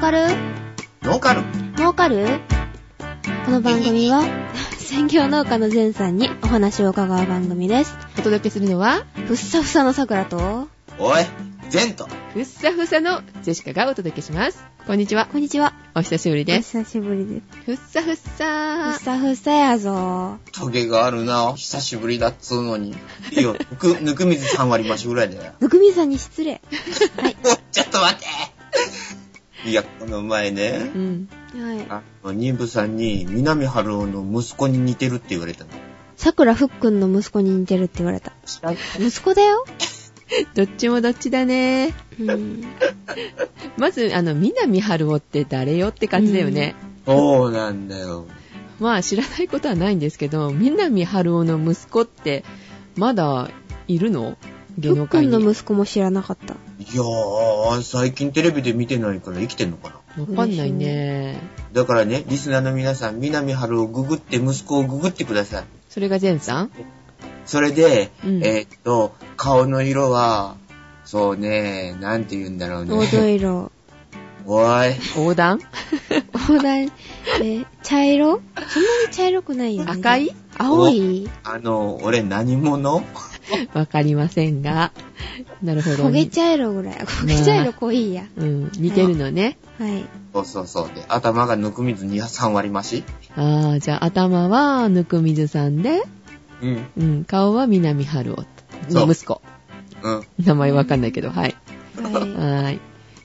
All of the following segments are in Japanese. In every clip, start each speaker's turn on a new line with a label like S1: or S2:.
S1: かる
S2: ノーカル。
S1: 儲かるこの番組は、 専業農家のゼンさんにお話を伺う番組です。
S3: お届けするのは、
S1: ふっさふさの桜と、
S2: おい、ゼント。
S3: ふっさふさのジェシカがお届けします。こんにちは。
S1: こんにちは。
S3: お久しぶり
S1: お
S3: です。
S1: 久しぶりです。
S3: ふっさふっ
S1: ふっ
S3: さー。
S1: さふさやぞ。
S2: トゲがあるな。久しぶりだっつうのに。いいよ、ぬく、 ぬくみず3割増しぐらいだよ。
S1: ぬくみさんに失礼。はい。
S2: おちょっと待って。いや、この前ね
S3: う、ん。
S1: はい。
S2: あの、ニブさんに、南春夫の息子に似てるって言われたの。
S1: 桜ふっくんの息子に似てるって言われた。息子だよ。
S3: どっちもどっちだね。
S1: うん。
S3: まず、あの、南春夫って誰よって感じだよね。
S2: そうなんだよ。
S3: まあ、知らないことはないんですけど、南春夫の息子って、まだいるの芸
S1: ふ
S3: 能
S1: っく
S3: 界
S1: ん
S3: に。
S1: の息子も知らなかった。
S2: いやー、最近テレビで見てないから生きてんのかな。
S3: わかんないね。
S2: だからね、リスナーの皆さん、南春をググって、息子をググってください。
S3: それが善さん
S2: それで、
S3: うん
S2: えーっと、顔の色は、そうね、なんて言うんだろう
S1: 黄土
S2: ね。
S1: 色。
S2: おい、
S3: 横断
S1: 黄土色。え、茶色そんなに茶色くないよね。
S3: 赤い
S1: 青い
S2: あの、俺何者
S3: わかりませんが。なるほど。
S1: 焦げ茶色ぐらい。焦げ茶色濃いや。
S3: うん、似てるのね。
S1: はい。
S2: そうそうそう。で、頭がぬくみずに3割増し
S3: ああ、じゃあ頭はぬくみずさんで、
S2: うん。
S3: うん、顔は南春夫
S2: そ
S3: の
S2: う
S3: 息子。
S2: うん。
S3: 名前わかんないけど、はい。
S1: は。
S3: はい。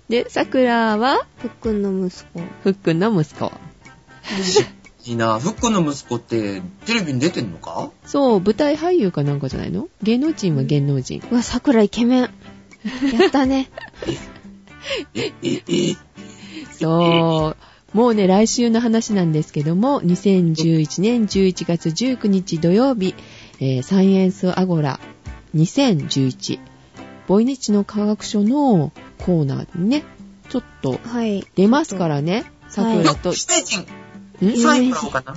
S3: で、桜はい
S1: ふっくんの息子。
S3: ふっくんの息子。
S2: いいな、ふっくの息子って、テレビに出てんのか
S3: そう、舞台俳優かなんかじゃないの芸能人は芸能人。
S1: うわ、桜イケメン。やったね。
S2: え、え、え、
S3: そう。もうね、来週の話なんですけども、2011年11月19日土曜日、えーサイエンスアゴラ2011、ボイニッチの科学書のコーナーにね、ちょっと
S1: はい。
S3: 出ますからね、桜と、
S2: の、非成人
S3: ん
S2: サインもらおうかな。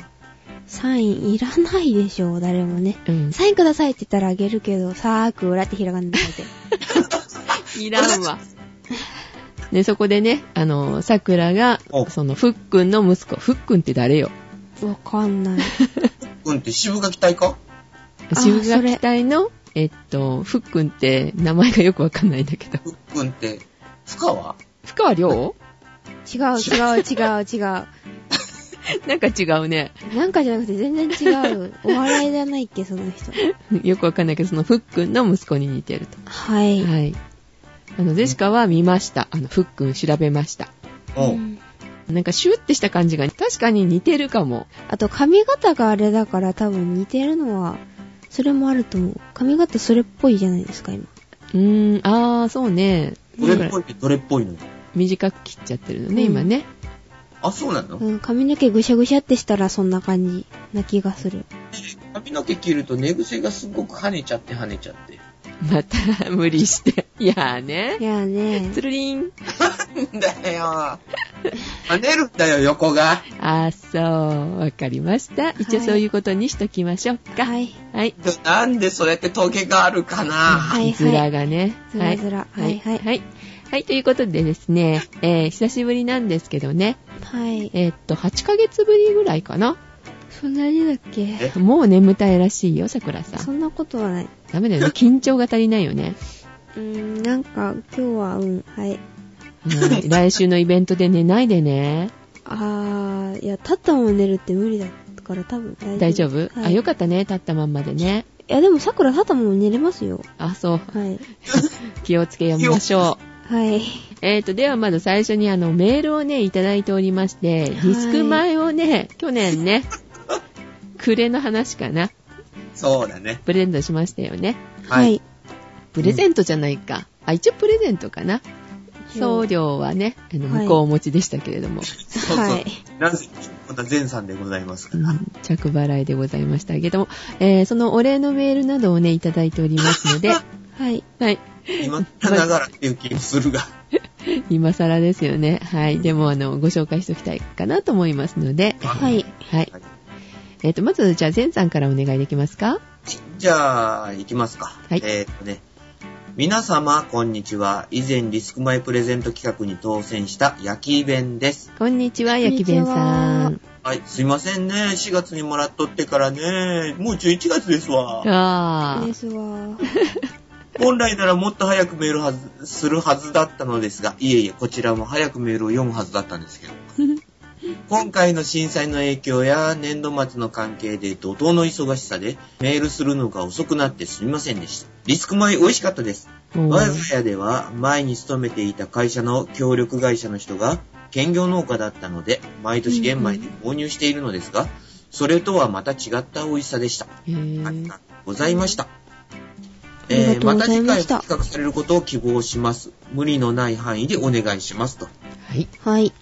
S1: サインいらないでしょ、誰もね。
S3: うん。
S1: サインくださいって言ったらあげるけど、さーく裏ってひらがなで書いて。
S3: いらんわ。ね、そ こでね、あの、桜が、
S2: お
S3: その、ふっくんの息子、ふっくんって誰よ
S1: わかんない。
S2: うんって渋垣隊か
S1: あ
S3: 渋垣隊の、えっと、ふっくんって名前がよくわかんないんだけど。
S2: ふっくんって、ふかは
S3: 深川亮
S1: 違う、違う、違う、違う。
S3: なんか違うね。
S1: なんかじゃなくて全然違う。お笑いじゃないっけ、その人。
S3: よくわかんないけど、そのふっくんの息子に似てると。
S1: はい。
S3: はい。あの、ゼシカは見ました。あの、ふっくん調べました。
S2: おう。
S1: ん
S3: なんかシューってした感じが確かに似てるかも。
S1: あと髪型があれだから多分似てるのは、それもあると思う。髪型それっぽいじゃないですか、今。
S3: うーん、あー、そうね。
S2: どれっぽいってどれっぽいの
S3: 短く切っちゃってるのね、
S1: うん
S3: 今ね。
S2: あ、そうなの
S1: うん、髪の毛ぐしゃぐしゃってしたらそんな感じな気が する。
S2: 髪の毛切ると寝癖がすごく跳ねちゃって跳ねちゃって。
S3: また無理して。 いやーね
S1: い。やーね
S3: つるりん。
S2: んだよ。跳ねるんだよ、横が。
S3: あー、そう。わかりました。一応
S1: はい
S3: そういうことにしときましょうか。
S1: は。い。
S3: はい。
S2: なんでそうやってトゲがあるかな
S1: はいはい
S3: ずらがね。
S1: ずらずら
S3: はい
S1: はいはい
S3: はい。はいということでですね、えー久しぶりなんですけどね、
S1: はい。
S3: えーっと、8ヶ月ぶりぐらいかな。
S1: そんなにだっけ
S2: え
S3: もう眠たいらしいよ、さくらさ
S1: そ
S3: ん。
S1: んなことはない。
S3: ダメだよね。緊張が足りないよね。
S1: うーん、なんか今日は、うん、はい。
S3: はい来週のイベントで寝ないでね。
S1: あー、いや、立ったまま寝るって無理だから多分大丈夫。
S3: 大丈夫、
S1: はい、
S3: あ、よか
S1: っ
S3: ったね。立ったまんまでね。
S1: た。いや、でも桜立ったまま寝れますよ。
S3: あ、そう。
S1: はい。
S3: 気をつけましょう。
S1: はい。
S3: えーと、ではまず最初にあのメールをね、いただいておりまして、リスク前をね、去年ね、 暮れの話かな、
S2: そうだね。
S3: プレゼントしましたよね。
S2: はい。
S3: プレゼントじゃないか。あ、一応プレゼントかな。
S1: うん
S3: 送料はね、あの、
S1: はい
S3: 向こうお持ちでしたけれども、
S2: そうそう。
S1: はい
S2: なんせ、また前さんでございますか
S3: う
S2: ら。
S3: ん着払いでございましたけれども、えーそのお礼のメールなどをね、いただいております ので、
S1: はい。
S3: はい。
S2: 今更ながらっていう気もするが。
S3: 今更ですよね。はい。でも、あの、ご紹介しておきたいかなと思いますので、
S1: はい。
S3: はい。えーと、まず、じゃあ、前さんからお願いできますか
S2: じゃあ、行きますか。
S3: はい
S2: えーっとね、皆様、こんにちは。以前、リスクマイプレゼント企画に当選した焼き弁です。
S3: こんにちは、焼き弁さ
S1: こんに
S3: ん。
S2: はい、すいませんね。4月にもらっとってからね。もう11月ですわ。
S3: ああ
S1: で、すわ。
S2: 本来ならもっと早くメールはずするはずだったのですが、いえいえ、こちらも早くメールを読むはずだったんですけど。今回の震災の影響や年度末の関係で怒涛の忙しさでメールするのが遅くなってすみませんでした。リスク米美味しかったです。
S3: もう
S2: 我が家では前に勤めていた会社の協力会社の人が兼業農家だったので、毎年玄米で購入しているのですが、それとはまた違った美味しさでした。
S3: へ
S2: あり
S3: ー
S2: がとうございました。
S1: ありが
S2: え
S1: と
S2: ー、
S1: う
S2: ま
S1: ご
S2: た
S1: ざい
S2: 次
S1: ま
S2: 回も
S1: した
S2: 企画されることを希望します。無理のない範囲でお願いしますと。
S3: はい。
S1: はい。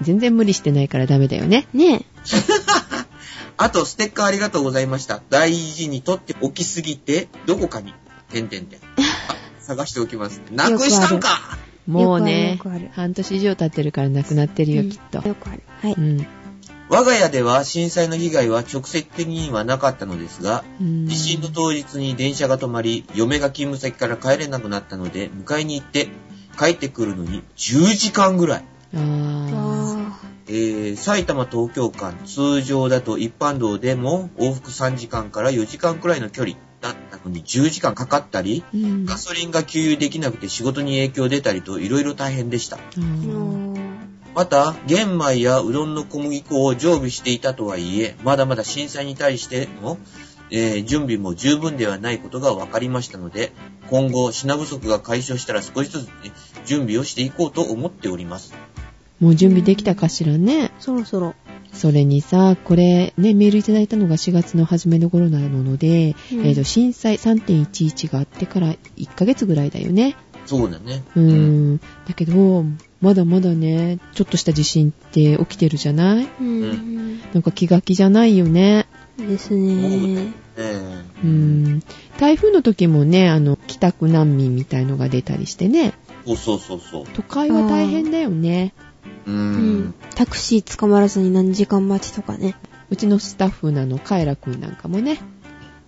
S3: 全然無理してないからダメだよね。
S1: ね
S2: あと、ステッカーありがとうございました。大事に取っておきすぎて、どこかに、てんて んてん。あ探しておきます。なくしたんか
S3: もうね
S1: よくあるよくある、
S3: 半年以上経ってるからなくなってる
S1: え。
S3: よ、
S1: うん
S3: きっと。
S1: よくある。はい。
S3: うん。
S2: 我が家では震災の被害は直接的にはなかったのですが、
S3: うん
S2: 地震の当日に電車が止まり、嫁が勤務先から帰れなくなったので、迎えに行って、帰ってくるのに10時間ぐらい。
S3: あ
S1: あ
S2: えー埼玉東京間通常だと一般道でも往復3時間から4時間くらいの距離だったのに10時間かかったり
S3: ーうん
S2: ガソリンが給油できなくて仕事に影響出たりといろいろ大変でした
S3: あ
S1: ー
S3: ー
S1: もう
S2: また玄米やうどんの小麦粉を常備していたとはいえまだまだ震災に対しての、えー準備も十分ではないことが分かりましたので今後品不足が解消したら少しずつね、準備をしていこうと思っております
S3: もう準備できたかしらね。
S1: そろそろ。
S3: それにさ、これ、ね、メールいただいたのが4月の初めの頃なので、
S1: うん
S3: えっと、震災3.11があってから1ヶ月ぐらいだよね。
S2: そうだね
S3: うーん。だけど、まだまだね、ちょっとした地震って起きてるじゃない
S1: うん。
S3: なんか気が気じゃないよね。
S1: です
S2: そうだ
S1: ね。
S2: え
S3: うー
S2: ー
S3: ん。台風の時もね、あの、帰宅難民みたいのが出たりしてね、
S2: そうそうそうそう
S3: 都会は大変だよね。
S2: う
S1: うんん。タクシー捕まらずに何時間待ちとかね。
S3: うちのスタッフなの、カエラくんなんかもね、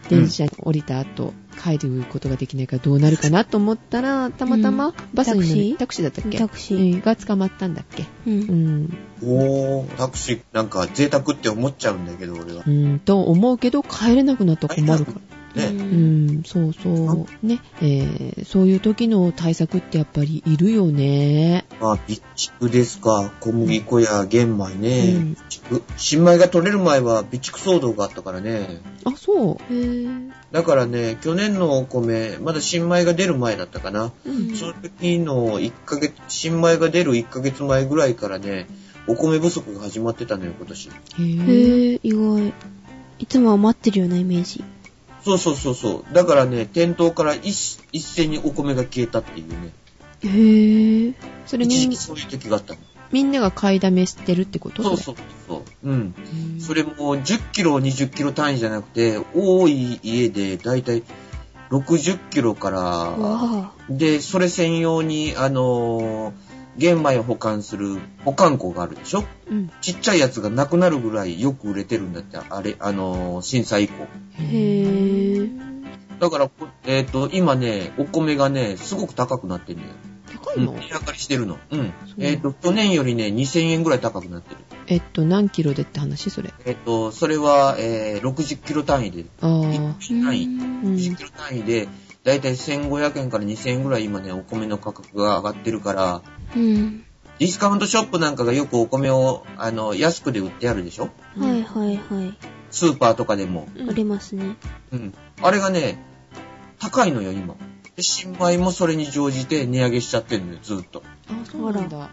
S3: 電車に降りた後、帰ることができないからどうなるかなと思ったら、たまたまバスに乗り、
S1: タ
S3: タクシーだったっけ
S1: タクシ
S3: う
S1: ー。
S3: んが捕まったんだっけ
S1: う。
S3: うんん。
S2: おー、タクシーなんか贅沢って思っちゃうんだけど、俺は
S3: う。ん、と思うけど、帰れなくなったら困るから。
S1: う。
S2: ね。
S3: うんん、そうそう。ね、えー、そういう時の対策ってやっぱりいるよね。
S2: まあ、備蓄ですか。小麦粉や玄米ね。
S3: うん
S2: 備蓄新米が取れる前は備蓄騒動があったからね。
S3: あ、そう。
S1: へぇ
S2: だからね、去年のお米、まだ新米が出る前だったかな。
S1: うん
S2: その時の1ヶ月、新米が出る1ヶ月前ぐらいからね、お米不足が始まってたのよ、今年。
S1: へ
S3: へえ。
S1: ぇ意外。いつもは待ってるようなイメージ。
S2: そうそうそうそう。だからね、店頭から一一斉にお米が消えたっていうね。
S1: へぇ
S3: それ
S2: 一
S3: み
S2: 時
S3: ん
S2: 期そういう時があったの。
S3: みんなが買いだめしてるってこと
S2: そうそうそう。うん。
S3: う。うん
S2: それも10キロ、20キロ単位じゃなくて、多い家でだいたい60キロから、
S1: わ
S2: で、それ専用に、あのー玄米を保管する保管庫があるでしょ
S3: うん。
S2: ちっちゃいやつがなくなるぐらいよく売れてるんだって、あれ、あのー震災以降。
S1: ぁ。へぇ
S2: だから、こえっ、と、今ね、お米がね、すごく高くなってるんだよ。
S3: 高
S2: う
S3: い
S2: ん
S3: の、
S2: 値上がりしてるの。うん
S3: そう。
S2: えっ、と、去年よりね、2000円ぐらい高くなってる。
S3: えっと、何キロでって話それ。
S2: えっ、と、それは、えー60キロ単位で、
S3: ああ。
S2: 1単位。
S3: うん
S2: 1 0キロ単位で、だいたい1500円から2000円ぐらい今ね、お米の価格が上がってるから、
S1: うん。
S2: ディスカウントショップなんかがよくお米を、あの、安くで売ってあるでしょ
S1: はいはいはい。
S2: スーパーとかでも。
S3: うん
S1: ありますね。
S2: うん。あれがね、高いのよ、今。で、新米もそれに乗じて値上げしちゃってるのよ、ずっと。
S3: あ、そうなんだ。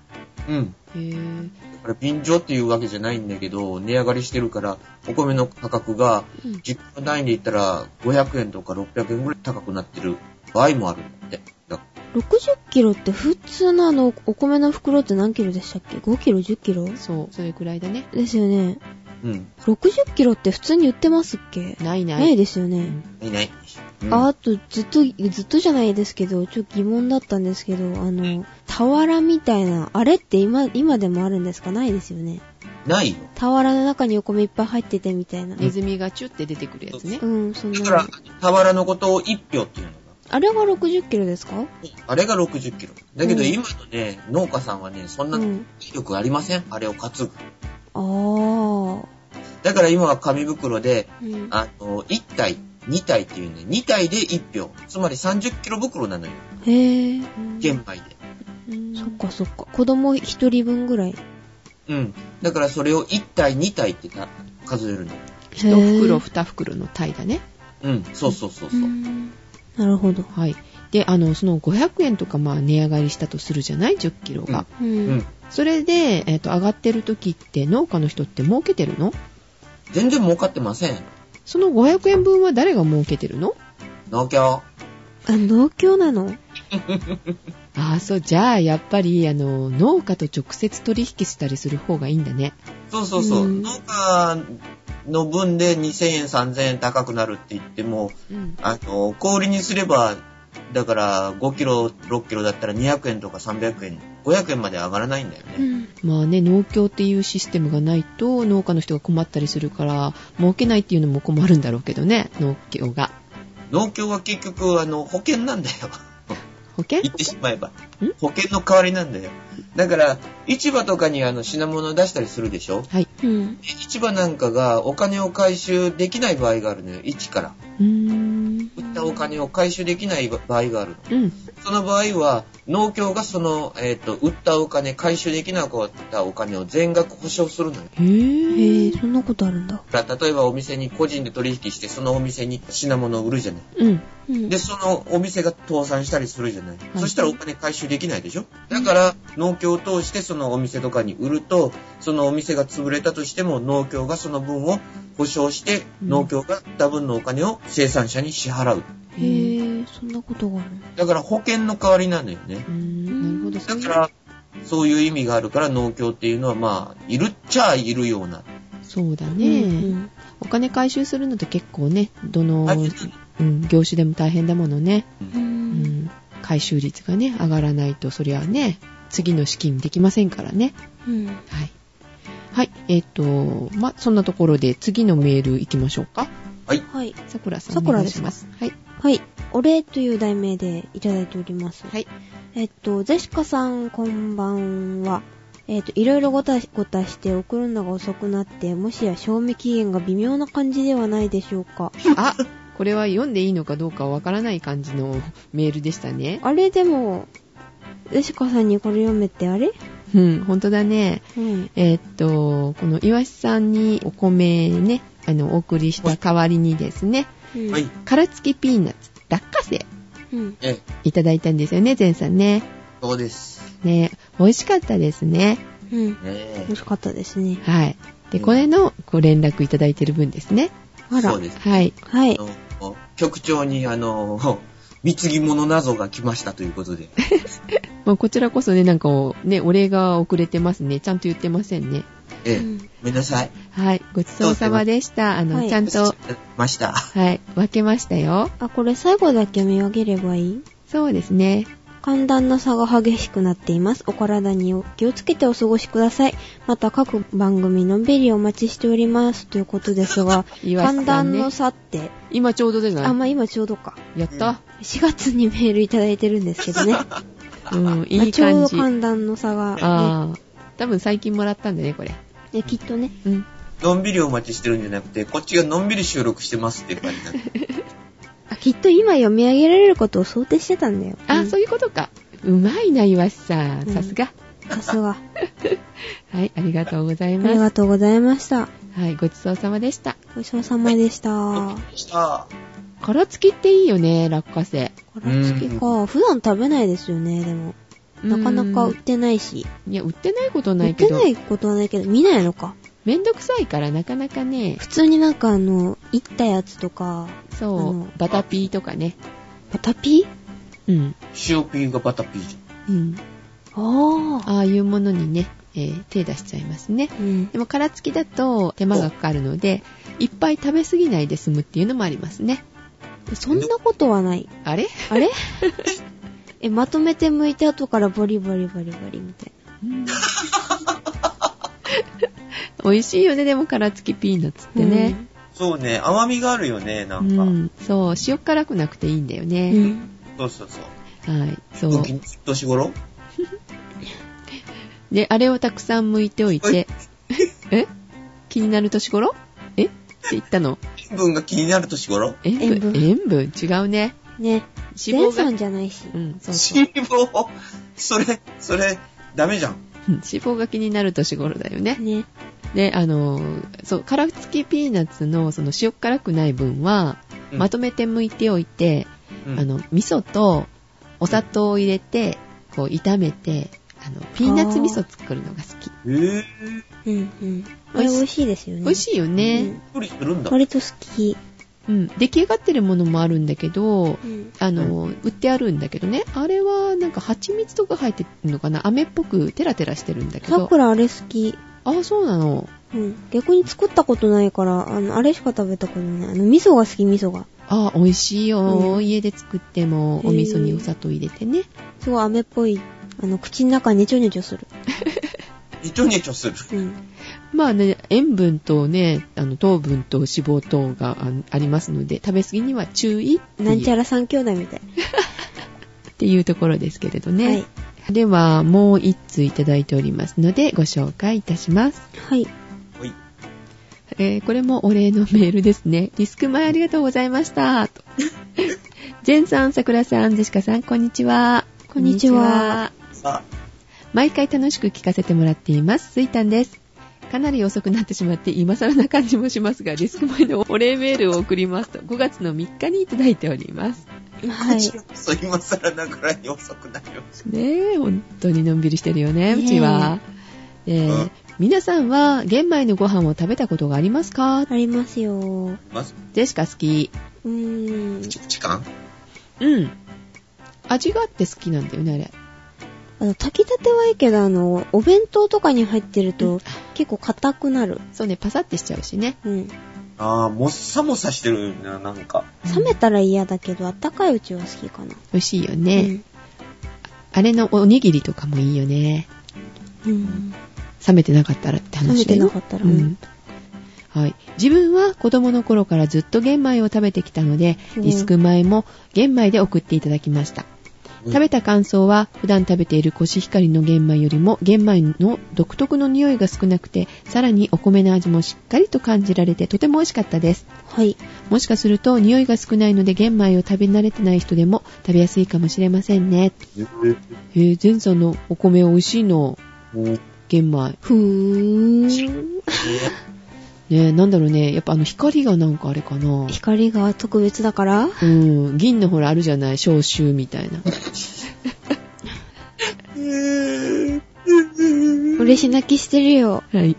S2: うん。
S3: へえ。
S2: だから、便乗っていうわけじゃないんだけど、値上がりしてるから、お米の価格が、
S3: うん
S2: 10キロ単位で言ったら、500円とか600円ぐらい高くなってる場合もあるんだって。だか
S1: 60キロって普通のあの、お米の袋って何キロでしたっけ ?5 キロ ?10 キロ
S3: そう、それくらいだね。
S1: ですよね。
S2: らうん。
S1: 60キロって普通に売ってますっけ
S3: ないない。
S1: ないですよね。
S2: いない。うん
S1: ああと、ずっと、ずっとじゃないですけど、ちょっと疑問だったんですけど、あの、俵みたいな、あれって今、今でもあるんですかないですよね。
S2: ないよ。
S1: 俵の中にお米いっぱい入っててみたいな。
S3: ネズミがチュって出てくるやつね
S1: う。ん、そん
S2: だ
S1: な
S2: から、俵のことを一票っていうのが。
S1: あれが60キロですか
S2: あれが60キロ。だけど
S1: うん
S2: 今のね、農家さんはね、そんな
S1: うん
S2: 威力ありません、あれを担ぐ。
S1: あー。
S2: だから今は紙袋で、
S1: うん、
S2: あの、1体、2体っていうね、2体で1票。つまり30キロ袋なのよ。
S1: へー。
S2: 玄米で。
S1: そっかそっか。子供一人分ぐらい。
S2: うん。だからそれを1体、2体ってた数えるの。
S3: 一袋二袋のタイだね。
S2: うん。そうそうそうそう。
S1: うんなるほど。
S3: はい。で、あの、その500円とかまあ値上がりしたとするじゃない ?10 キロが。
S1: う。
S2: うんん。
S3: それで、えっ、と、上がってる時って農家の人って儲けてるの
S2: 全然儲かってません。
S3: その500円分は誰が儲けてるの
S2: 農
S1: あ、
S2: 協。
S1: 農協なの
S3: ああ、そう、じゃあ、やっぱり、あの、農家と直接取引したりする方がいいんだね。
S2: そうそうそう。
S1: うん
S2: 農家の分で2000円、3000円高くなるって言っても、
S3: うん。
S2: あの、氷にすれば、だから5キロ、6キロだったら200円とか300円、500円まで上がらないんだよね。
S3: まあね、農協っていうシステムがないと、農家の人が困ったりするから、儲けないっていうのも困るんだろうけどね、農協が。
S2: 農協は結局、あの、保険なんだよ。
S3: 保険
S2: 言ってしまえば。保険の代わりなんだよ。だから、市場とかにあの品物を出したりするでしょ
S3: はい。
S1: うん。
S2: で市場なんかがお金を回収できない場合があるのよ、一から。
S3: うーん。
S2: 売ったお金を回収できない場合があるの。
S3: うん。
S2: その場合は、農協がその、えっ、と、売ったお金、回収できなかったお金を全額保証するのよ。
S3: へ
S1: へ
S3: ぇ
S1: ー、そんなことあるんだ。
S2: だから例えばお店に個人で取引して、そのお店に品物を売るじゃない。
S3: うん。
S1: うん
S2: で、そのお店が倒産したりするじゃない。
S3: い
S2: そしたらお金回収できないでしょだから、農協を通してそのお店とかに売ると、そのお店が潰れたとしても、農協がその分を保証して、
S3: うん
S2: 農協が売った分のお金を生産者に支払う。
S1: へー、そんなことがあるんだ。
S2: だから保険の代わりなんだよね
S3: う。ん。なるほど、そ
S2: だ
S3: うい
S2: か
S3: う。
S2: ら、そういう意味があるから農協っていうのはまあ、いるっちゃいるような。
S3: そうだね、
S1: うん
S3: お金回収するのって結構ね、どの、
S2: あ
S3: うん、業種でも大変だものね。
S1: う。
S3: うんん。回収率がね、上がらないと、そりゃね、次の資金できませんからね。
S1: うん。
S3: はい。はい。えっ、と、ま、そんなところで次のメール行きましょうか。
S1: はい。
S3: さくらさん。
S1: さくら
S3: お願
S1: で
S3: いし
S1: すか
S3: ます。はい。
S1: はい。お礼という題名でいただいております。
S3: はい。
S1: えっと、ゼシカさん、こんばんは。えっと、いろいろごたごたして送るのが遅くなって、もしや賞味期限が微妙な感じではないでしょうか。
S3: あ、これは読んでいいのかどうかわからない感じのメールでしたね。
S1: あれでも、ゼシカさんにこれ読めってあれ
S3: うん、本当だね。
S1: うん。
S3: えっと、この岩しさんにお米ね、あの、お送りした代わりにですね、
S1: うん
S2: はい。。
S3: 殻付きピーナッツ、落花生、
S1: うん。
S2: ええ、
S3: いただいたんですよね、前さんね。
S2: そうです。
S3: ね、美味しかったですね。
S1: うん。
S2: ねえ
S1: 美味しかったですね。
S3: はい。で、これのご連絡いただいてる分ですね。
S1: あら
S2: そう。です。
S3: はい。
S1: はい
S2: あ。の局長に、あの、 貢ぎ物謎が来ましたということで。
S3: まあ、こちらこそね、なんかお、ね、お礼が遅れてますね。ちゃんと言ってませんね。
S2: ええ、
S1: う
S2: ご
S1: ん
S2: めんなさい。
S3: はい。ごちそうさまでした。あの、
S1: はい
S3: ちゃんと、
S2: ました。
S3: はい、分けましたよ。
S1: あ、これ最後だけ見上げればいい
S3: そうですね。
S1: 寒暖の差が激しくなっています。お体にお気をつけてお過ごしください。また各番組のんびりお待ちしております。ということですが、
S3: 岩井
S1: 寒
S3: さ
S1: 暖
S3: んね
S1: の。差って、
S3: 今ちょうどじゃ
S1: あ、
S3: ない
S1: まあ、今ちょうどか。
S3: やった。
S1: 4月にメールいただいてるんですけどね。
S3: うん、 いい
S1: ちょう
S3: 感
S1: ど
S3: じ。あ
S1: 寒暖の差が、
S3: あー。多分最近もらったんだね、これ。
S1: ね、ねきっとね。
S3: うん。
S2: のんびりお待ちしてるんじゃなくて、こっちがのんびり収録してますっていう感じなん で。
S1: あきっと今読み上げられることを想定してたんだよ。
S3: あ、
S1: うん
S3: そういうことか。うまいな、岩下さん。
S1: うん
S3: さすが。
S1: さすが。あ
S3: はい、ありがとうござい
S1: り
S3: ま
S1: がとうございました。
S3: す。はい、ごちそうさまでした。
S1: ごちそうさまでした。
S2: あ
S3: 殻付きっていいよね、落花生。
S1: これ好きか。普段食べないですよね、でも。なかなか売ってないし。
S3: いや、売ってないことはな
S1: 売っ
S3: いけ
S1: て
S3: ど。
S1: ないことはないけど、見ないのか。
S3: めんどくさいからなかなかね、
S1: 普通になんかあの、いったやつとか、あ
S3: そ
S1: の
S3: う、バタピーとかね。
S1: バタピー
S3: うん。
S2: 塩ピーがバタピーじ
S3: うん。
S1: ああ。
S3: ああいうものにね、えー手出しちゃいますね。
S1: うん
S3: で。も、殻付きだと手間がかかるので、いっぱい食べ過ぎないで済むっていうのもありますね。
S1: そんなことはない。
S3: あれ
S1: あ れえ、まとめて剥いて後からボリボリボリボリみたい
S3: 美味しいよね、でも殻付きピーナッツって
S1: な。
S3: ね。
S2: ゃん。そうね、甘みがあるよね、な
S3: うん
S2: か。
S3: ん、そう、塩辛くなくていいんだよ
S1: う
S3: ね。
S1: ん。
S2: そうそうそう。
S3: はい、そ
S2: 武
S3: う
S2: 器。年頃
S3: で、あれをたくさん剥いておいて、え気になる年頃えって言ったの。
S2: 塩分が気になる年頃
S3: 塩分
S1: 塩分
S3: 塩分違うね。
S1: ね。
S3: 脂
S1: 全
S3: 肪が。
S1: さんじゃないし。
S3: うん、そうそう。
S2: 脂肪 それ、それ、ダメじゃん。
S3: うん脂肪が気になる年頃だよね。
S1: ね。
S3: で、あのー、そう、殻付きピーナッツのその塩辛くない分は、
S2: うん
S3: まとめて剥いておいて、
S2: うん
S3: あの、味噌とお砂糖を入れて、こう炒めて、あの、ピーナッツ味噌作るのが好き。
S2: えー、
S1: うんうん。あれ美味しいですよね。
S3: 美味しいよね。
S1: うん
S2: 処理するんだ。
S1: 割と好き。
S3: うん、出来上がってるものもあるんだけど、
S1: うん。
S3: あの、売ってあるんだけどね、あれはなんか蜂蜜とか入ってるのかな、飴っぽくテラテラしてるんだけ
S1: さ
S3: ど
S1: く、らあれ好き。
S3: ああ、そうなの。
S1: うん。逆に作ったことないから、あの、あれしか食べたことない。あの、味噌が好き、味噌が。
S3: ああ、美味しいよ、
S1: うん
S3: 家で作っても、お味噌にお砂糖入れてね。
S1: すごい飴っぽい。あの、口の中にちょにちょする。
S2: にちょにちょする。
S1: うん。
S3: まあね、塩分とね、あの糖分と脂肪等があありますので、食べ過ぎには注意って
S1: なんち
S3: いう
S1: ゃら三兄弟みたい。
S3: っていうところですけれどね。
S1: はい。
S3: では、もう一通いただいておりますので、ご紹介いたします。
S1: はい。
S2: おい。
S3: えーこれもお礼のメールですね。リスク前ありがとうございました。 とジェンさん、さくらさん、ジェシカさん、こんにちは。
S1: こんにちは
S3: こんにちは。
S2: さ
S3: 毎回楽しく聞かせてもらっています。スイタンです。かなり遅くなってしまって今更な感じもしますが、リスク前のお礼メールを送りますと、5月の3日にいただいております。
S2: あ、
S1: は
S2: こ
S1: い
S2: ち。らこそ今更ながらに遅くなりまし
S3: ねえ、本当にのんびりしてるよね、
S1: ねえ
S3: うちは。えー
S2: うん
S3: 皆さんは玄米のご飯を食べたことがありますか
S1: ありますよ。う
S2: ます。
S3: ジェシカ好き。
S1: ーん。
S2: 時間
S3: うん。味があって好きなんだよね、あれ。
S1: あの、炊きたてはいいけど、あの、お弁当とかに入ってると、結構硬くなる。
S3: そうね、パサってしちゃうしね。
S1: うん。
S2: あー、もっさもさしてるな、なんか。
S1: 冷めたら嫌だけど、あったかいうちは好きかな。
S3: 美味しいよね、あれのおにぎりとかもいいよね。
S1: うん。うん。
S3: 冷めてなかったらって
S1: 冷め
S3: 話だ
S1: て
S3: よ
S1: なかったら、うん。
S3: はい、自分は子供の頃からずっと玄米を食べてきたので、
S1: うん
S3: リスク米も玄米で送っていただきました。
S2: うん
S3: 食べた感想は普段食べているコシヒカリの玄米よりも玄米の独特の匂いが少なくてさらにお米の味もしっかりと感じられてとても美味しかったです
S1: はい。
S3: もしかすると匂いが少ないので玄米を食べ慣れてない人でも食べやすいかもしれませんね
S2: え
S3: えー、前さんのお米美味しいの
S2: ー
S3: 玄米
S1: ふーん。
S3: ねえなんだろうねやっぱあの光がなんかあれかな
S1: 光が特別だから
S3: うん銀のほらあるじゃない消臭みたいな
S1: 嬉し泣きしてるよ。
S3: はい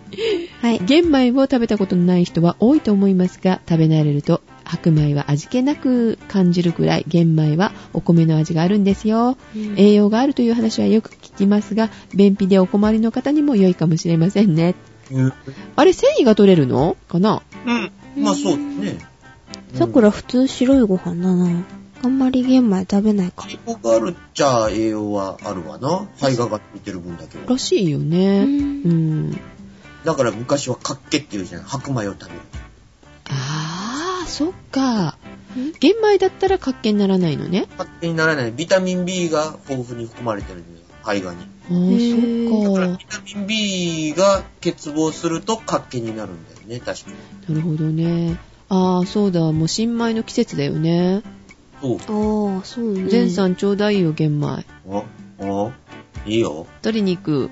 S1: はい。
S3: 玄米を食べたことのない人は多いと思いますが食べ慣れると白米は味気なく感じるぐらい玄米はお米の味があるんですよ栄養があるという話はよく聞きますが便秘でお困りの方にも良いかもしれませんね
S2: うん
S3: あれ繊維が取れるのかな
S2: うん。まあそうね。
S1: さくら普通白いご飯だな。あんまり玄米食べないか。
S2: 栄養があるっちゃ栄養はあるわな。肺ががついてる分だけは。
S3: らしいよねうん
S2: だから昔はかっけっていうじゃん。白米を食べる。
S3: あーそっか玄米だったら活気にならないのね
S2: かっけにならない。ビタミン B が豊富に含まれてるんだよ。肺がに。
S3: あー
S1: へー
S2: だ
S3: そ
S2: か
S3: っ
S2: ら
S3: か
S2: ビタミン B が欠乏するとかっけになるんだよね。確かに。
S3: なるほどね。ああ、そうだ。もう新米の季節だよね。
S2: そう。
S1: ああ、そうね。
S3: 全さんちょうだいよ、玄米。
S2: あ、あ、いいよ。
S3: 取りに行く。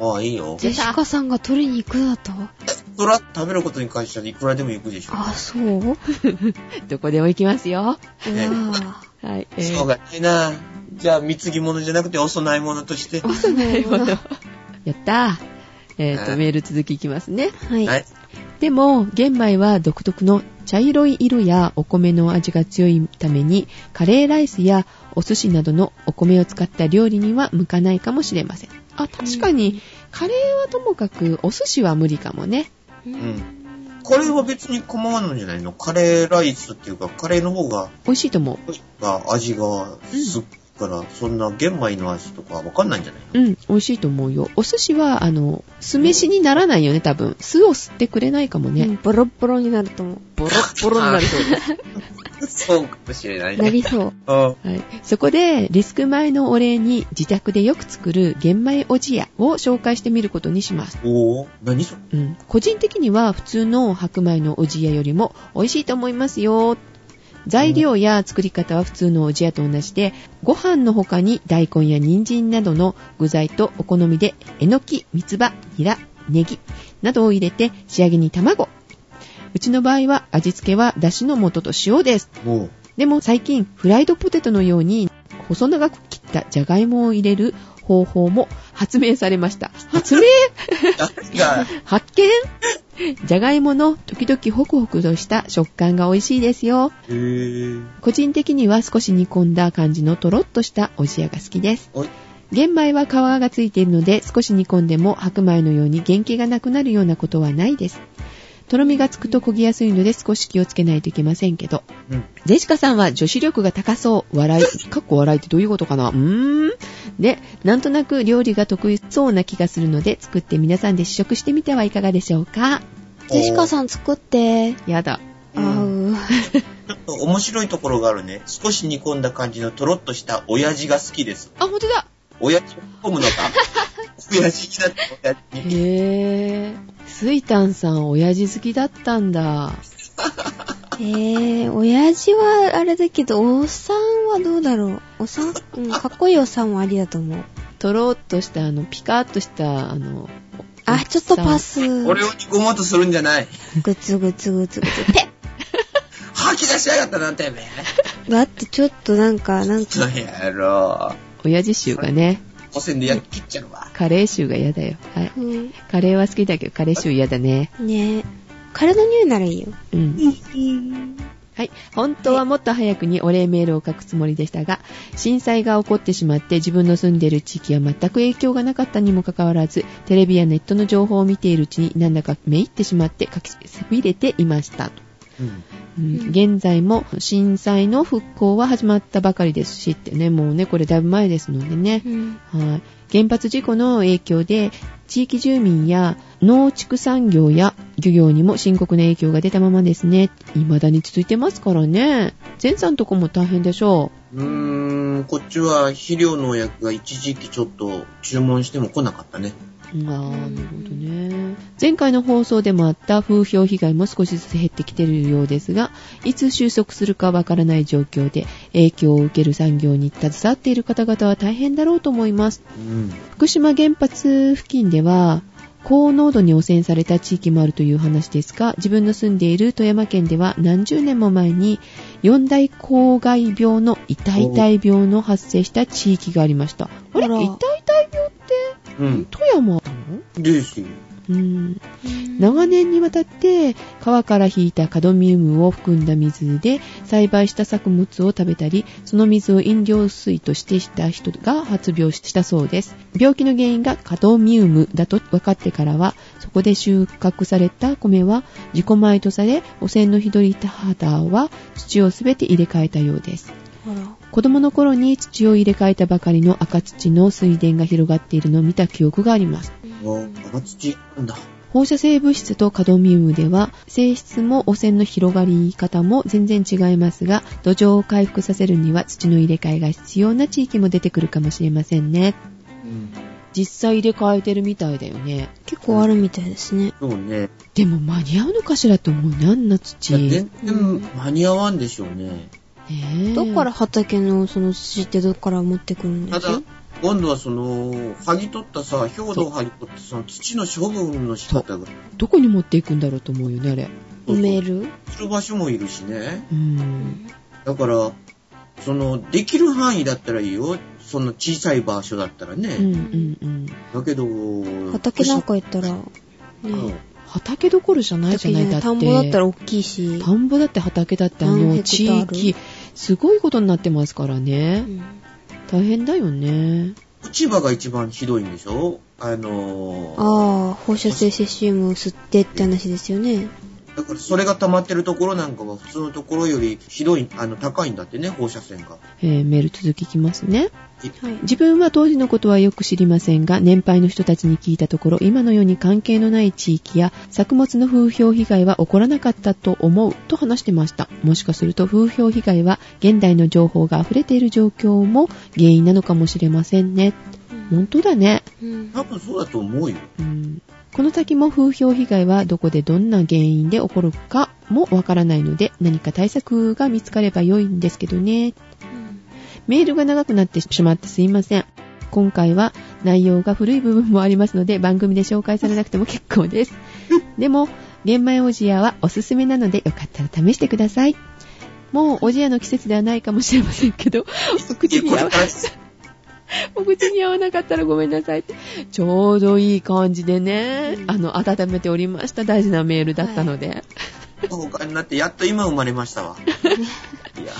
S2: あ、いいよ。
S1: ジェシカさんが取りに行くだと。
S2: そら食べることに関してはいくらでも行くでしょ。
S1: ああ、そううわ
S3: どこでも行きますよ。
S1: あ。
S3: はい。え
S2: そうがないな。じゃあ、貢ぎ物じゃなくてお供え物として。は
S1: そうな
S3: なる ほど。
S1: は
S3: やったー。え
S2: え
S3: っ、
S2: ー
S3: と、メール続きいきますね。
S1: い。
S2: い。
S3: でも、玄米は独特の茶色い色やお米の味が強いために、カレーライスやお寿司などのお米を使った料理には向かないかもしれません。あ、確かに、カレーはともかく、お寿司は無理かもね。
S1: う
S2: う。ん。カレーは別に構わんのじゃないのカレーライスっていうか、カレーの方が、
S3: 美味しいと思う。
S2: が味がすっから、そんな玄米の味とかわかんないんじゃない
S3: うん、美味しいと思うよ。お寿司は、あの、酢飯にならないよね、多分。酢を吸ってくれないかもね。
S1: うんボロッボロになると思。
S3: ボロッボロになるそうです。
S2: の そうかもしれないう
S1: な
S2: ね。
S1: りそう。
S2: うん。
S3: はい。そこで、リスク前のお礼に自宅でよく作る玄米おじやを紹介してみることにします。
S2: おー、何それ
S3: うん。個人的には普通の白米のおじやよりも美味しいと思いますよ。材料や作り方は普通のおじやと同じで、ご飯の他に大根や人参などの具材とお好みで、えのき、三つ葉、ニラ、ネギなどを入れて仕上げに卵。うちの場合は味付けはだしの素と塩です。
S2: お ー。
S3: でも最近フライドポテトのように細長く切ったじゃがいもを入れる方法も発明されました。発明
S2: 誰が、
S3: 発見じゃがいもの時々ホクホクとした食感が美味しいですよ。
S2: へー。
S3: 個人的には少し煮込んだ感じのとろっとしたおじやが好きです
S2: おい。
S3: 玄米は皮がついているので少し煮込んでも白米のように原型がなくなるようなことはないです。とろみがつくと焦ぎやすいので少し気をつけないといけませんけど。
S2: うん。
S3: ジェシカさんは女子力が高そう。笑い。かっこ笑いってどういうことかなうーん。で、なんとなく料理が得意そうな気がするので、作って皆さんで試食してみてはいかがでしょうか
S1: ジェシカさん作って、
S3: やだ。
S2: う
S1: あ
S2: ん
S1: う。
S2: ちょっと面白いところがあるね。少し煮込んだ感じのとろっとした親父が好きです。
S3: あ、ほんとだ
S2: 親父を煮込む のか親父になって親父に。
S3: へぇー。スイタンさん、親父好きだったんだ。
S1: えー、親父はあれだけど、おっさんはどうだろう。おっさん、うん、かっこいいおっさんはありだと思う。
S3: とろっとした、あの、ピカッとした、あの、
S1: あ、ちょっとパス。
S2: 俺を煮込もうとするんじゃない。
S1: ぐつぐつぐつぐつ。ペ
S2: 吐き出しやがったな、てめえ。
S1: ッだってちょっとなんか、なん
S2: その
S1: か、
S2: 野郎。
S3: 親父臭がね、
S2: 汚染でやっきっちゃうわ。
S3: カレー臭が嫌だよ。はい。
S1: うん、
S3: カレーは好きだけど、カレー臭嫌だね。
S1: ねえ。彼の匂いならいいよ。
S3: うん。はい。本当はもっと早くにお礼メールを書くつもりでしたが、震災が起こってしまって自分の住んでいる地域は全く影響がなかったにもかかわらず、テレビやネットの情報を見ているうちになんだかめいってしまって書きそびれていました。
S2: うん。
S3: うん
S1: うん
S3: 現在も震災の復興は始まったばかりですしってね、もうね、これだいぶ前ですのでね。
S1: うん。
S3: はい。原発事故の影響で、地域住民や農畜産業や漁業にも深刻な影響が出たままですね。未だに続いてますからね。前さんとこも大変でしょ
S2: うーん、こっちは肥料農薬が一時期ちょっと注文しても来なかったね。
S3: う。ああ、なるほどね。前回の放送でもあった風評被害も少しずつ減ってきているようですが、いつ収束するかわからない状況で、影響を受ける産業に携わっている方々は大変だろうと思います。
S2: うん。
S3: 福島原発付近では高濃度に汚染された地域もあるという話ですが自分の住んでいる富山県では何十年も前に四大公害病のイタイタイ病の発生した地域がありましたあれ
S1: あら
S3: イタイタイ病って
S2: うん。
S3: 富山なの
S2: ですよ。
S3: うん長年にわたって川から引いたカドミウムを含んだ水で栽培した作物を食べたりその水を飲料水としてした人が発病したそうです病気の原因がカドミウムだと分かってからはそこで収穫された米は自己米とされ汚染のひどい田畑は土を全て入れ替えたようです
S1: ほら。
S3: 子供の頃に土を入れ替えたばかりの赤土の水田が広がっているのを見た記憶があります
S2: お、赤土なんだ。
S3: 放射性物質とカドミウムでは性質も汚染の広がり方も全然違いますが土壌を回復させるには土の入れ替えが必要な地域も出てくるかもしれませんね
S2: うん。
S3: 実際入れ替えてるみたいだよね
S1: 結構あるみたいですね。
S2: そうね。
S3: でも間に合うのかしらと思うねあんな土
S2: いや、全
S1: うん
S2: 然間に合わんでしょうね。
S3: ねえ
S1: どっから畑のその土ってどっから持ってくるん
S2: た
S1: です
S2: だ、今度はその、剥ぎ取ったさ、兵土を剥ぎ取ったその土の処分の仕方が、
S3: どこに持っていくんだろうと思うよねあれ
S1: 埋める
S2: する場所もいるしね。
S3: うん
S2: だから、その、できる範囲だったらいいよ。その小さい場所だったらね。
S3: うんうんうん
S2: だけど、
S1: 畑なんか行ったら、ね
S2: うん
S3: 畑どころじゃないじゃないだって
S1: 田んぼだったら大きいし。
S3: 田んぼだって畑だってあ
S1: 何
S3: の
S1: ヘクタ
S3: 地
S1: ール
S3: 域すごいことになってますからね、
S1: うん
S3: 大変だよね
S2: 落ち葉が一番ひどいんでしょあのー
S1: ああ、放射性セシウムを吸ってって話ですよね。
S2: だからそれが溜まってるところなんかは普通のところよりひどい、あの、高いんだってね、放射線が。
S3: えーメール続ききますね。
S1: はい。
S3: 自分は当時のことはよく知りませんが、年配の人たちに聞いたところ、今のように関係のない地域や作物の風評被害は起こらなかったと思うと話してました。もしかすると風評被害は現代の情報が溢れている状況も原因なのかもしれませんね。本当だね。
S1: うん
S2: 多分そうだと思うよ。
S3: うんこの先も風評被害はどこでどんな原因で起こるかもわからないので、何か対策が見つかれば良いんですけどね。メールが長くなってしまってすいません。今回は内容が古い部分もありますので番組で紹介されなくても結構です。でも、玄米おじやはおすすめなのでよかったら試してください。もうおじやの季節ではないかもしれませんけど、お口に
S2: こ
S3: 合
S2: れ
S3: わ
S2: から
S3: お口に合わなかったらごめんなさいって。ちょうどいい感じでね、
S1: うん
S3: あの、温めておりました大事なメールだったので。
S2: お金になって、やっと今生まれましたわ。いや、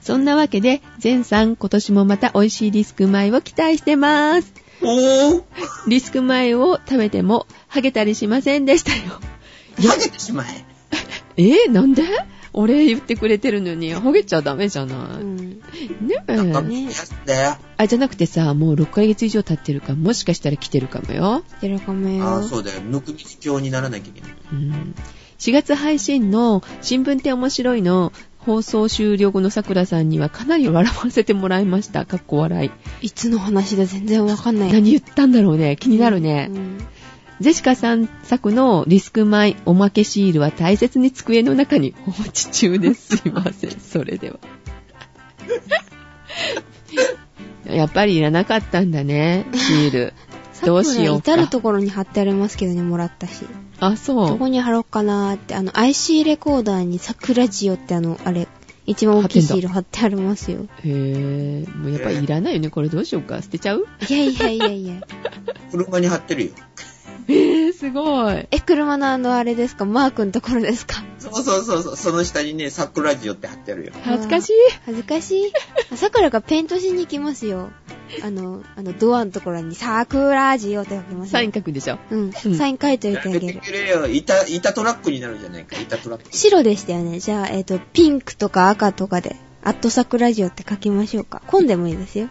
S3: そんなわけで、全さん今年もまた美味しいリスク米を期待してます。
S2: おー
S3: リスク米を食べても、ハゲたりしませんでしたよ。
S2: ハゲてしまえ
S3: えーなんでお礼言ってくれてるのに、ハゲちゃダメじゃな
S1: う
S3: い。
S1: ん
S3: ねえ。
S2: なんか、
S1: ね
S2: やつだよ。
S3: あ、じゃなくてさ、もう6ヶ月以上経ってるから、もしかしたら来てるかもよ。
S1: してるかもよ。
S2: ああ、そうだよ。ぬくみつ教にならなきゃいけない。
S3: うん4月配信の新聞って面白いの放送終了後のさくらさんにはかなり笑わせてもらいました。かっこ笑い。
S1: いつの話だ全然わかんない。
S3: 何言ったんだろうね。気になるね。
S1: うん
S3: ゼシカさん作のリスク米おまけシールは大切に机の中に放置中です。すいません。それでは。やっぱりいらなかったんだね、シール。どうしようか
S1: さくら至るところに貼ってありますけどね、もらったし。
S3: あ、
S1: ど
S3: そ
S1: こに貼ろうかなーって、あの、IC レコーダーに桜ジオってあの、あれ、一番大きいシール貼ってありますよ。
S3: う。へえ、もうやっぱりいらないよね。これどうしようか。捨てちゃう
S1: いやいやいやいや。
S2: 車に貼ってるよ。
S3: えー、すごい。
S1: え、車のあの、あれですかマークのところですか
S2: そうそうそうそう。その下にね、桜ジオって貼ってあるよ。
S3: 恥ずかしい。
S1: 恥ずかしい。あ桜がペイントしに行きますよ。あの、あの、ドアのところに、桜ジオって書きますよ
S3: サイン書くでしょ。
S1: うん、
S3: うん
S1: サイン書いとい
S2: や
S1: てあ
S2: め
S1: げ
S2: て
S1: る。
S2: くれよ。板、板トラックになるじゃないか。板トラック。
S1: 白でしたよね。じゃあ、えっ、と、ピンクとか赤とかで、アットサクラジオって書きましょうか。混んでもいいですよ。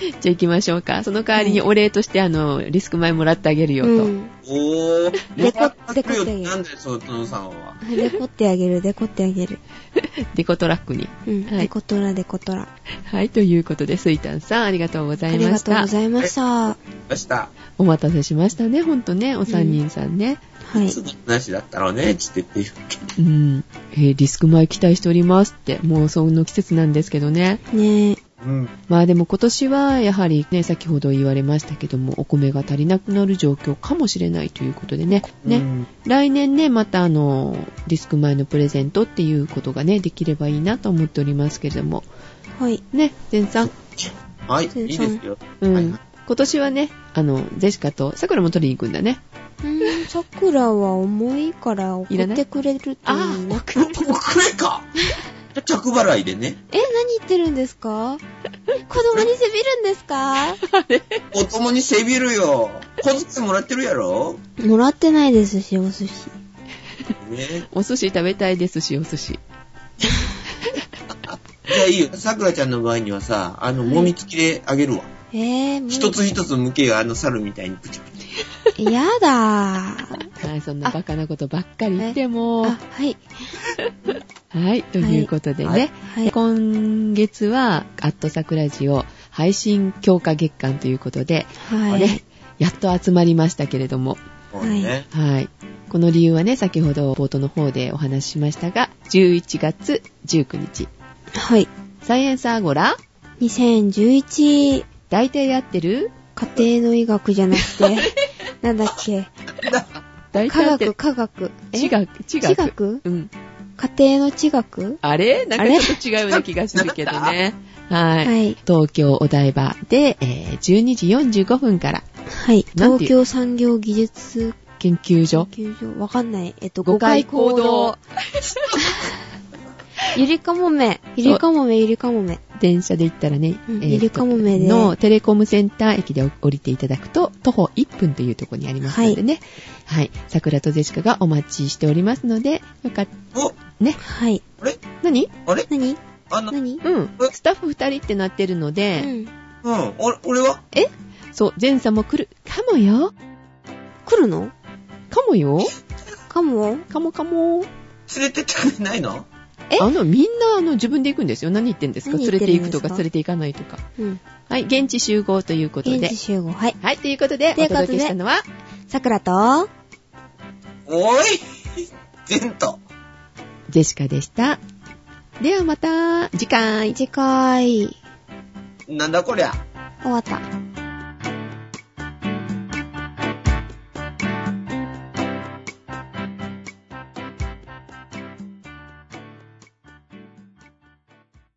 S3: じゃあ行きましょうか。その代わりにお礼として、あの、リスク前もらってあげるよと。
S1: うん。
S2: おー。
S1: レコ
S2: もらってるよ
S1: レコっ
S2: っ
S1: てて
S2: なんだよ、その殿さんは。
S1: デコってあげる、デコってあげる。
S3: デコトラックに。
S1: うん。
S3: はい
S1: デコトラ、デコトラ。
S3: はい、ということで、スイタンさん、ありがとうござ
S1: あ
S3: い
S1: り
S3: ま
S1: が
S3: し
S1: とう
S3: た
S1: ご。ざいました。は
S2: 明日、
S3: お待たせしましたね、ほんとね、お三人さんね。
S1: い。
S2: すぐ話だったろうね、つって言ってる。
S3: うん、えーリスク前期待しておりますって、もうその季節なんですけどね。
S1: ねえ。
S2: うん。
S3: まあでも今年は、やはりね、先ほど言われましたけども、お米が足りなくなる状況かもしれないということでね。ね。
S2: うん
S3: 来年ね、またあの、リスク前のプレゼントっていうことがね、できればいいなと思っておりますけれども。
S1: はい。
S3: ね、全さん。
S2: はい、い
S1: 全然
S2: いですよ。
S3: うん。
S2: はいはい
S3: 今年はね、あの、ゼシカとさくらも取りに行くんだね。
S1: うーん、桜は重いから送
S3: いらな
S1: っ
S3: い
S1: てくれるといいな。
S2: 僕、僕れか着払いでね。
S1: え、何言ってるんです か子供にせびるんですか
S2: お供にせびるよ。小遣いもらってるやろ
S1: もらってないですし、お寿司。
S2: ね。
S3: お寿司食べたいですし、お寿司。
S2: じゃあいいよ。桜ちゃんの場合にはさ、あの、もみつきであげるわ。
S1: えー、もう
S2: 一つ一つ向けがあの猿みたいにプチプチ。
S1: や だー。
S3: はい、そんなバカなことばっかり言っても。
S1: あ
S3: は、
S1: はい。
S3: い、ということでね。
S2: はい
S1: はい。
S3: 今月は、アットサクラジオ配信強化月間ということで、
S1: はい。
S3: ね、やっと集まりましたけれども。
S2: そうね。
S3: はい。この理由はね、先ほど冒頭の方でお話ししましたが、11月19日、
S1: はい。
S3: サイエンスアゴラ、
S1: 2011、
S3: 大体合ってる
S1: 家庭の医学じゃなく て、なんだっけ。
S3: 大
S1: 科
S3: 体合って
S1: 学、
S3: る。
S1: 科学。え
S3: 地学、地学。
S1: 地学
S3: うん。
S1: 家庭の地学
S3: あれなんか
S1: あれ
S3: ちょっと違うような気がするけど ね。はい。
S1: はい。
S3: 東京お台場で、えー12時45分から
S1: はい。
S3: なん
S1: 東
S3: て
S1: 京産業技術
S3: 研究
S1: 研
S3: 所。
S1: 究所わかんない。えっと、
S3: 誤
S1: 誤
S3: 解
S1: 解
S3: 行
S1: 行
S3: 動
S1: 動。ゆりかもめ。ゆりかもめ、ゆりかもめ。
S3: 電車で行ったらね、
S1: うん
S3: ーと
S1: ゆりかもめで
S3: のテレコムセンター駅で降りていただくと、徒歩1分というところにありますのでね、はい、桜とジェシカがお待ちしておりますので、よかっ
S2: お、
S3: ね、
S1: はい。
S2: あれ
S3: 何
S2: あれ
S1: 何
S2: あの、うん。
S1: 何
S3: うん、スタッフ2人ってなってるの
S1: う
S3: で、
S1: ん。
S2: 俺、俺は
S3: えそう、前座も来るかもよ。
S1: 来るの
S3: かもよ。
S1: かも
S3: かもかも。
S2: 連れてってくれないの
S1: え
S3: あの、みんな、あの、自分で行くんですよ。何言ってんですか
S1: 何
S3: 連
S1: 言
S3: れ
S1: って
S3: て
S1: るん
S3: 行
S1: で
S3: く
S1: すか
S3: とか、連れて行かないとか。
S1: うん。
S3: はい、現地集合ということで
S1: 現地。集合。はい。
S3: はい、ということで、お
S1: ということで
S3: 届けしたのは、
S1: 桜と、
S2: おい ジェント。
S3: ジェシカでした。ではまた、次回。
S1: 次回、
S2: なんだこりゃ。
S1: 終わった。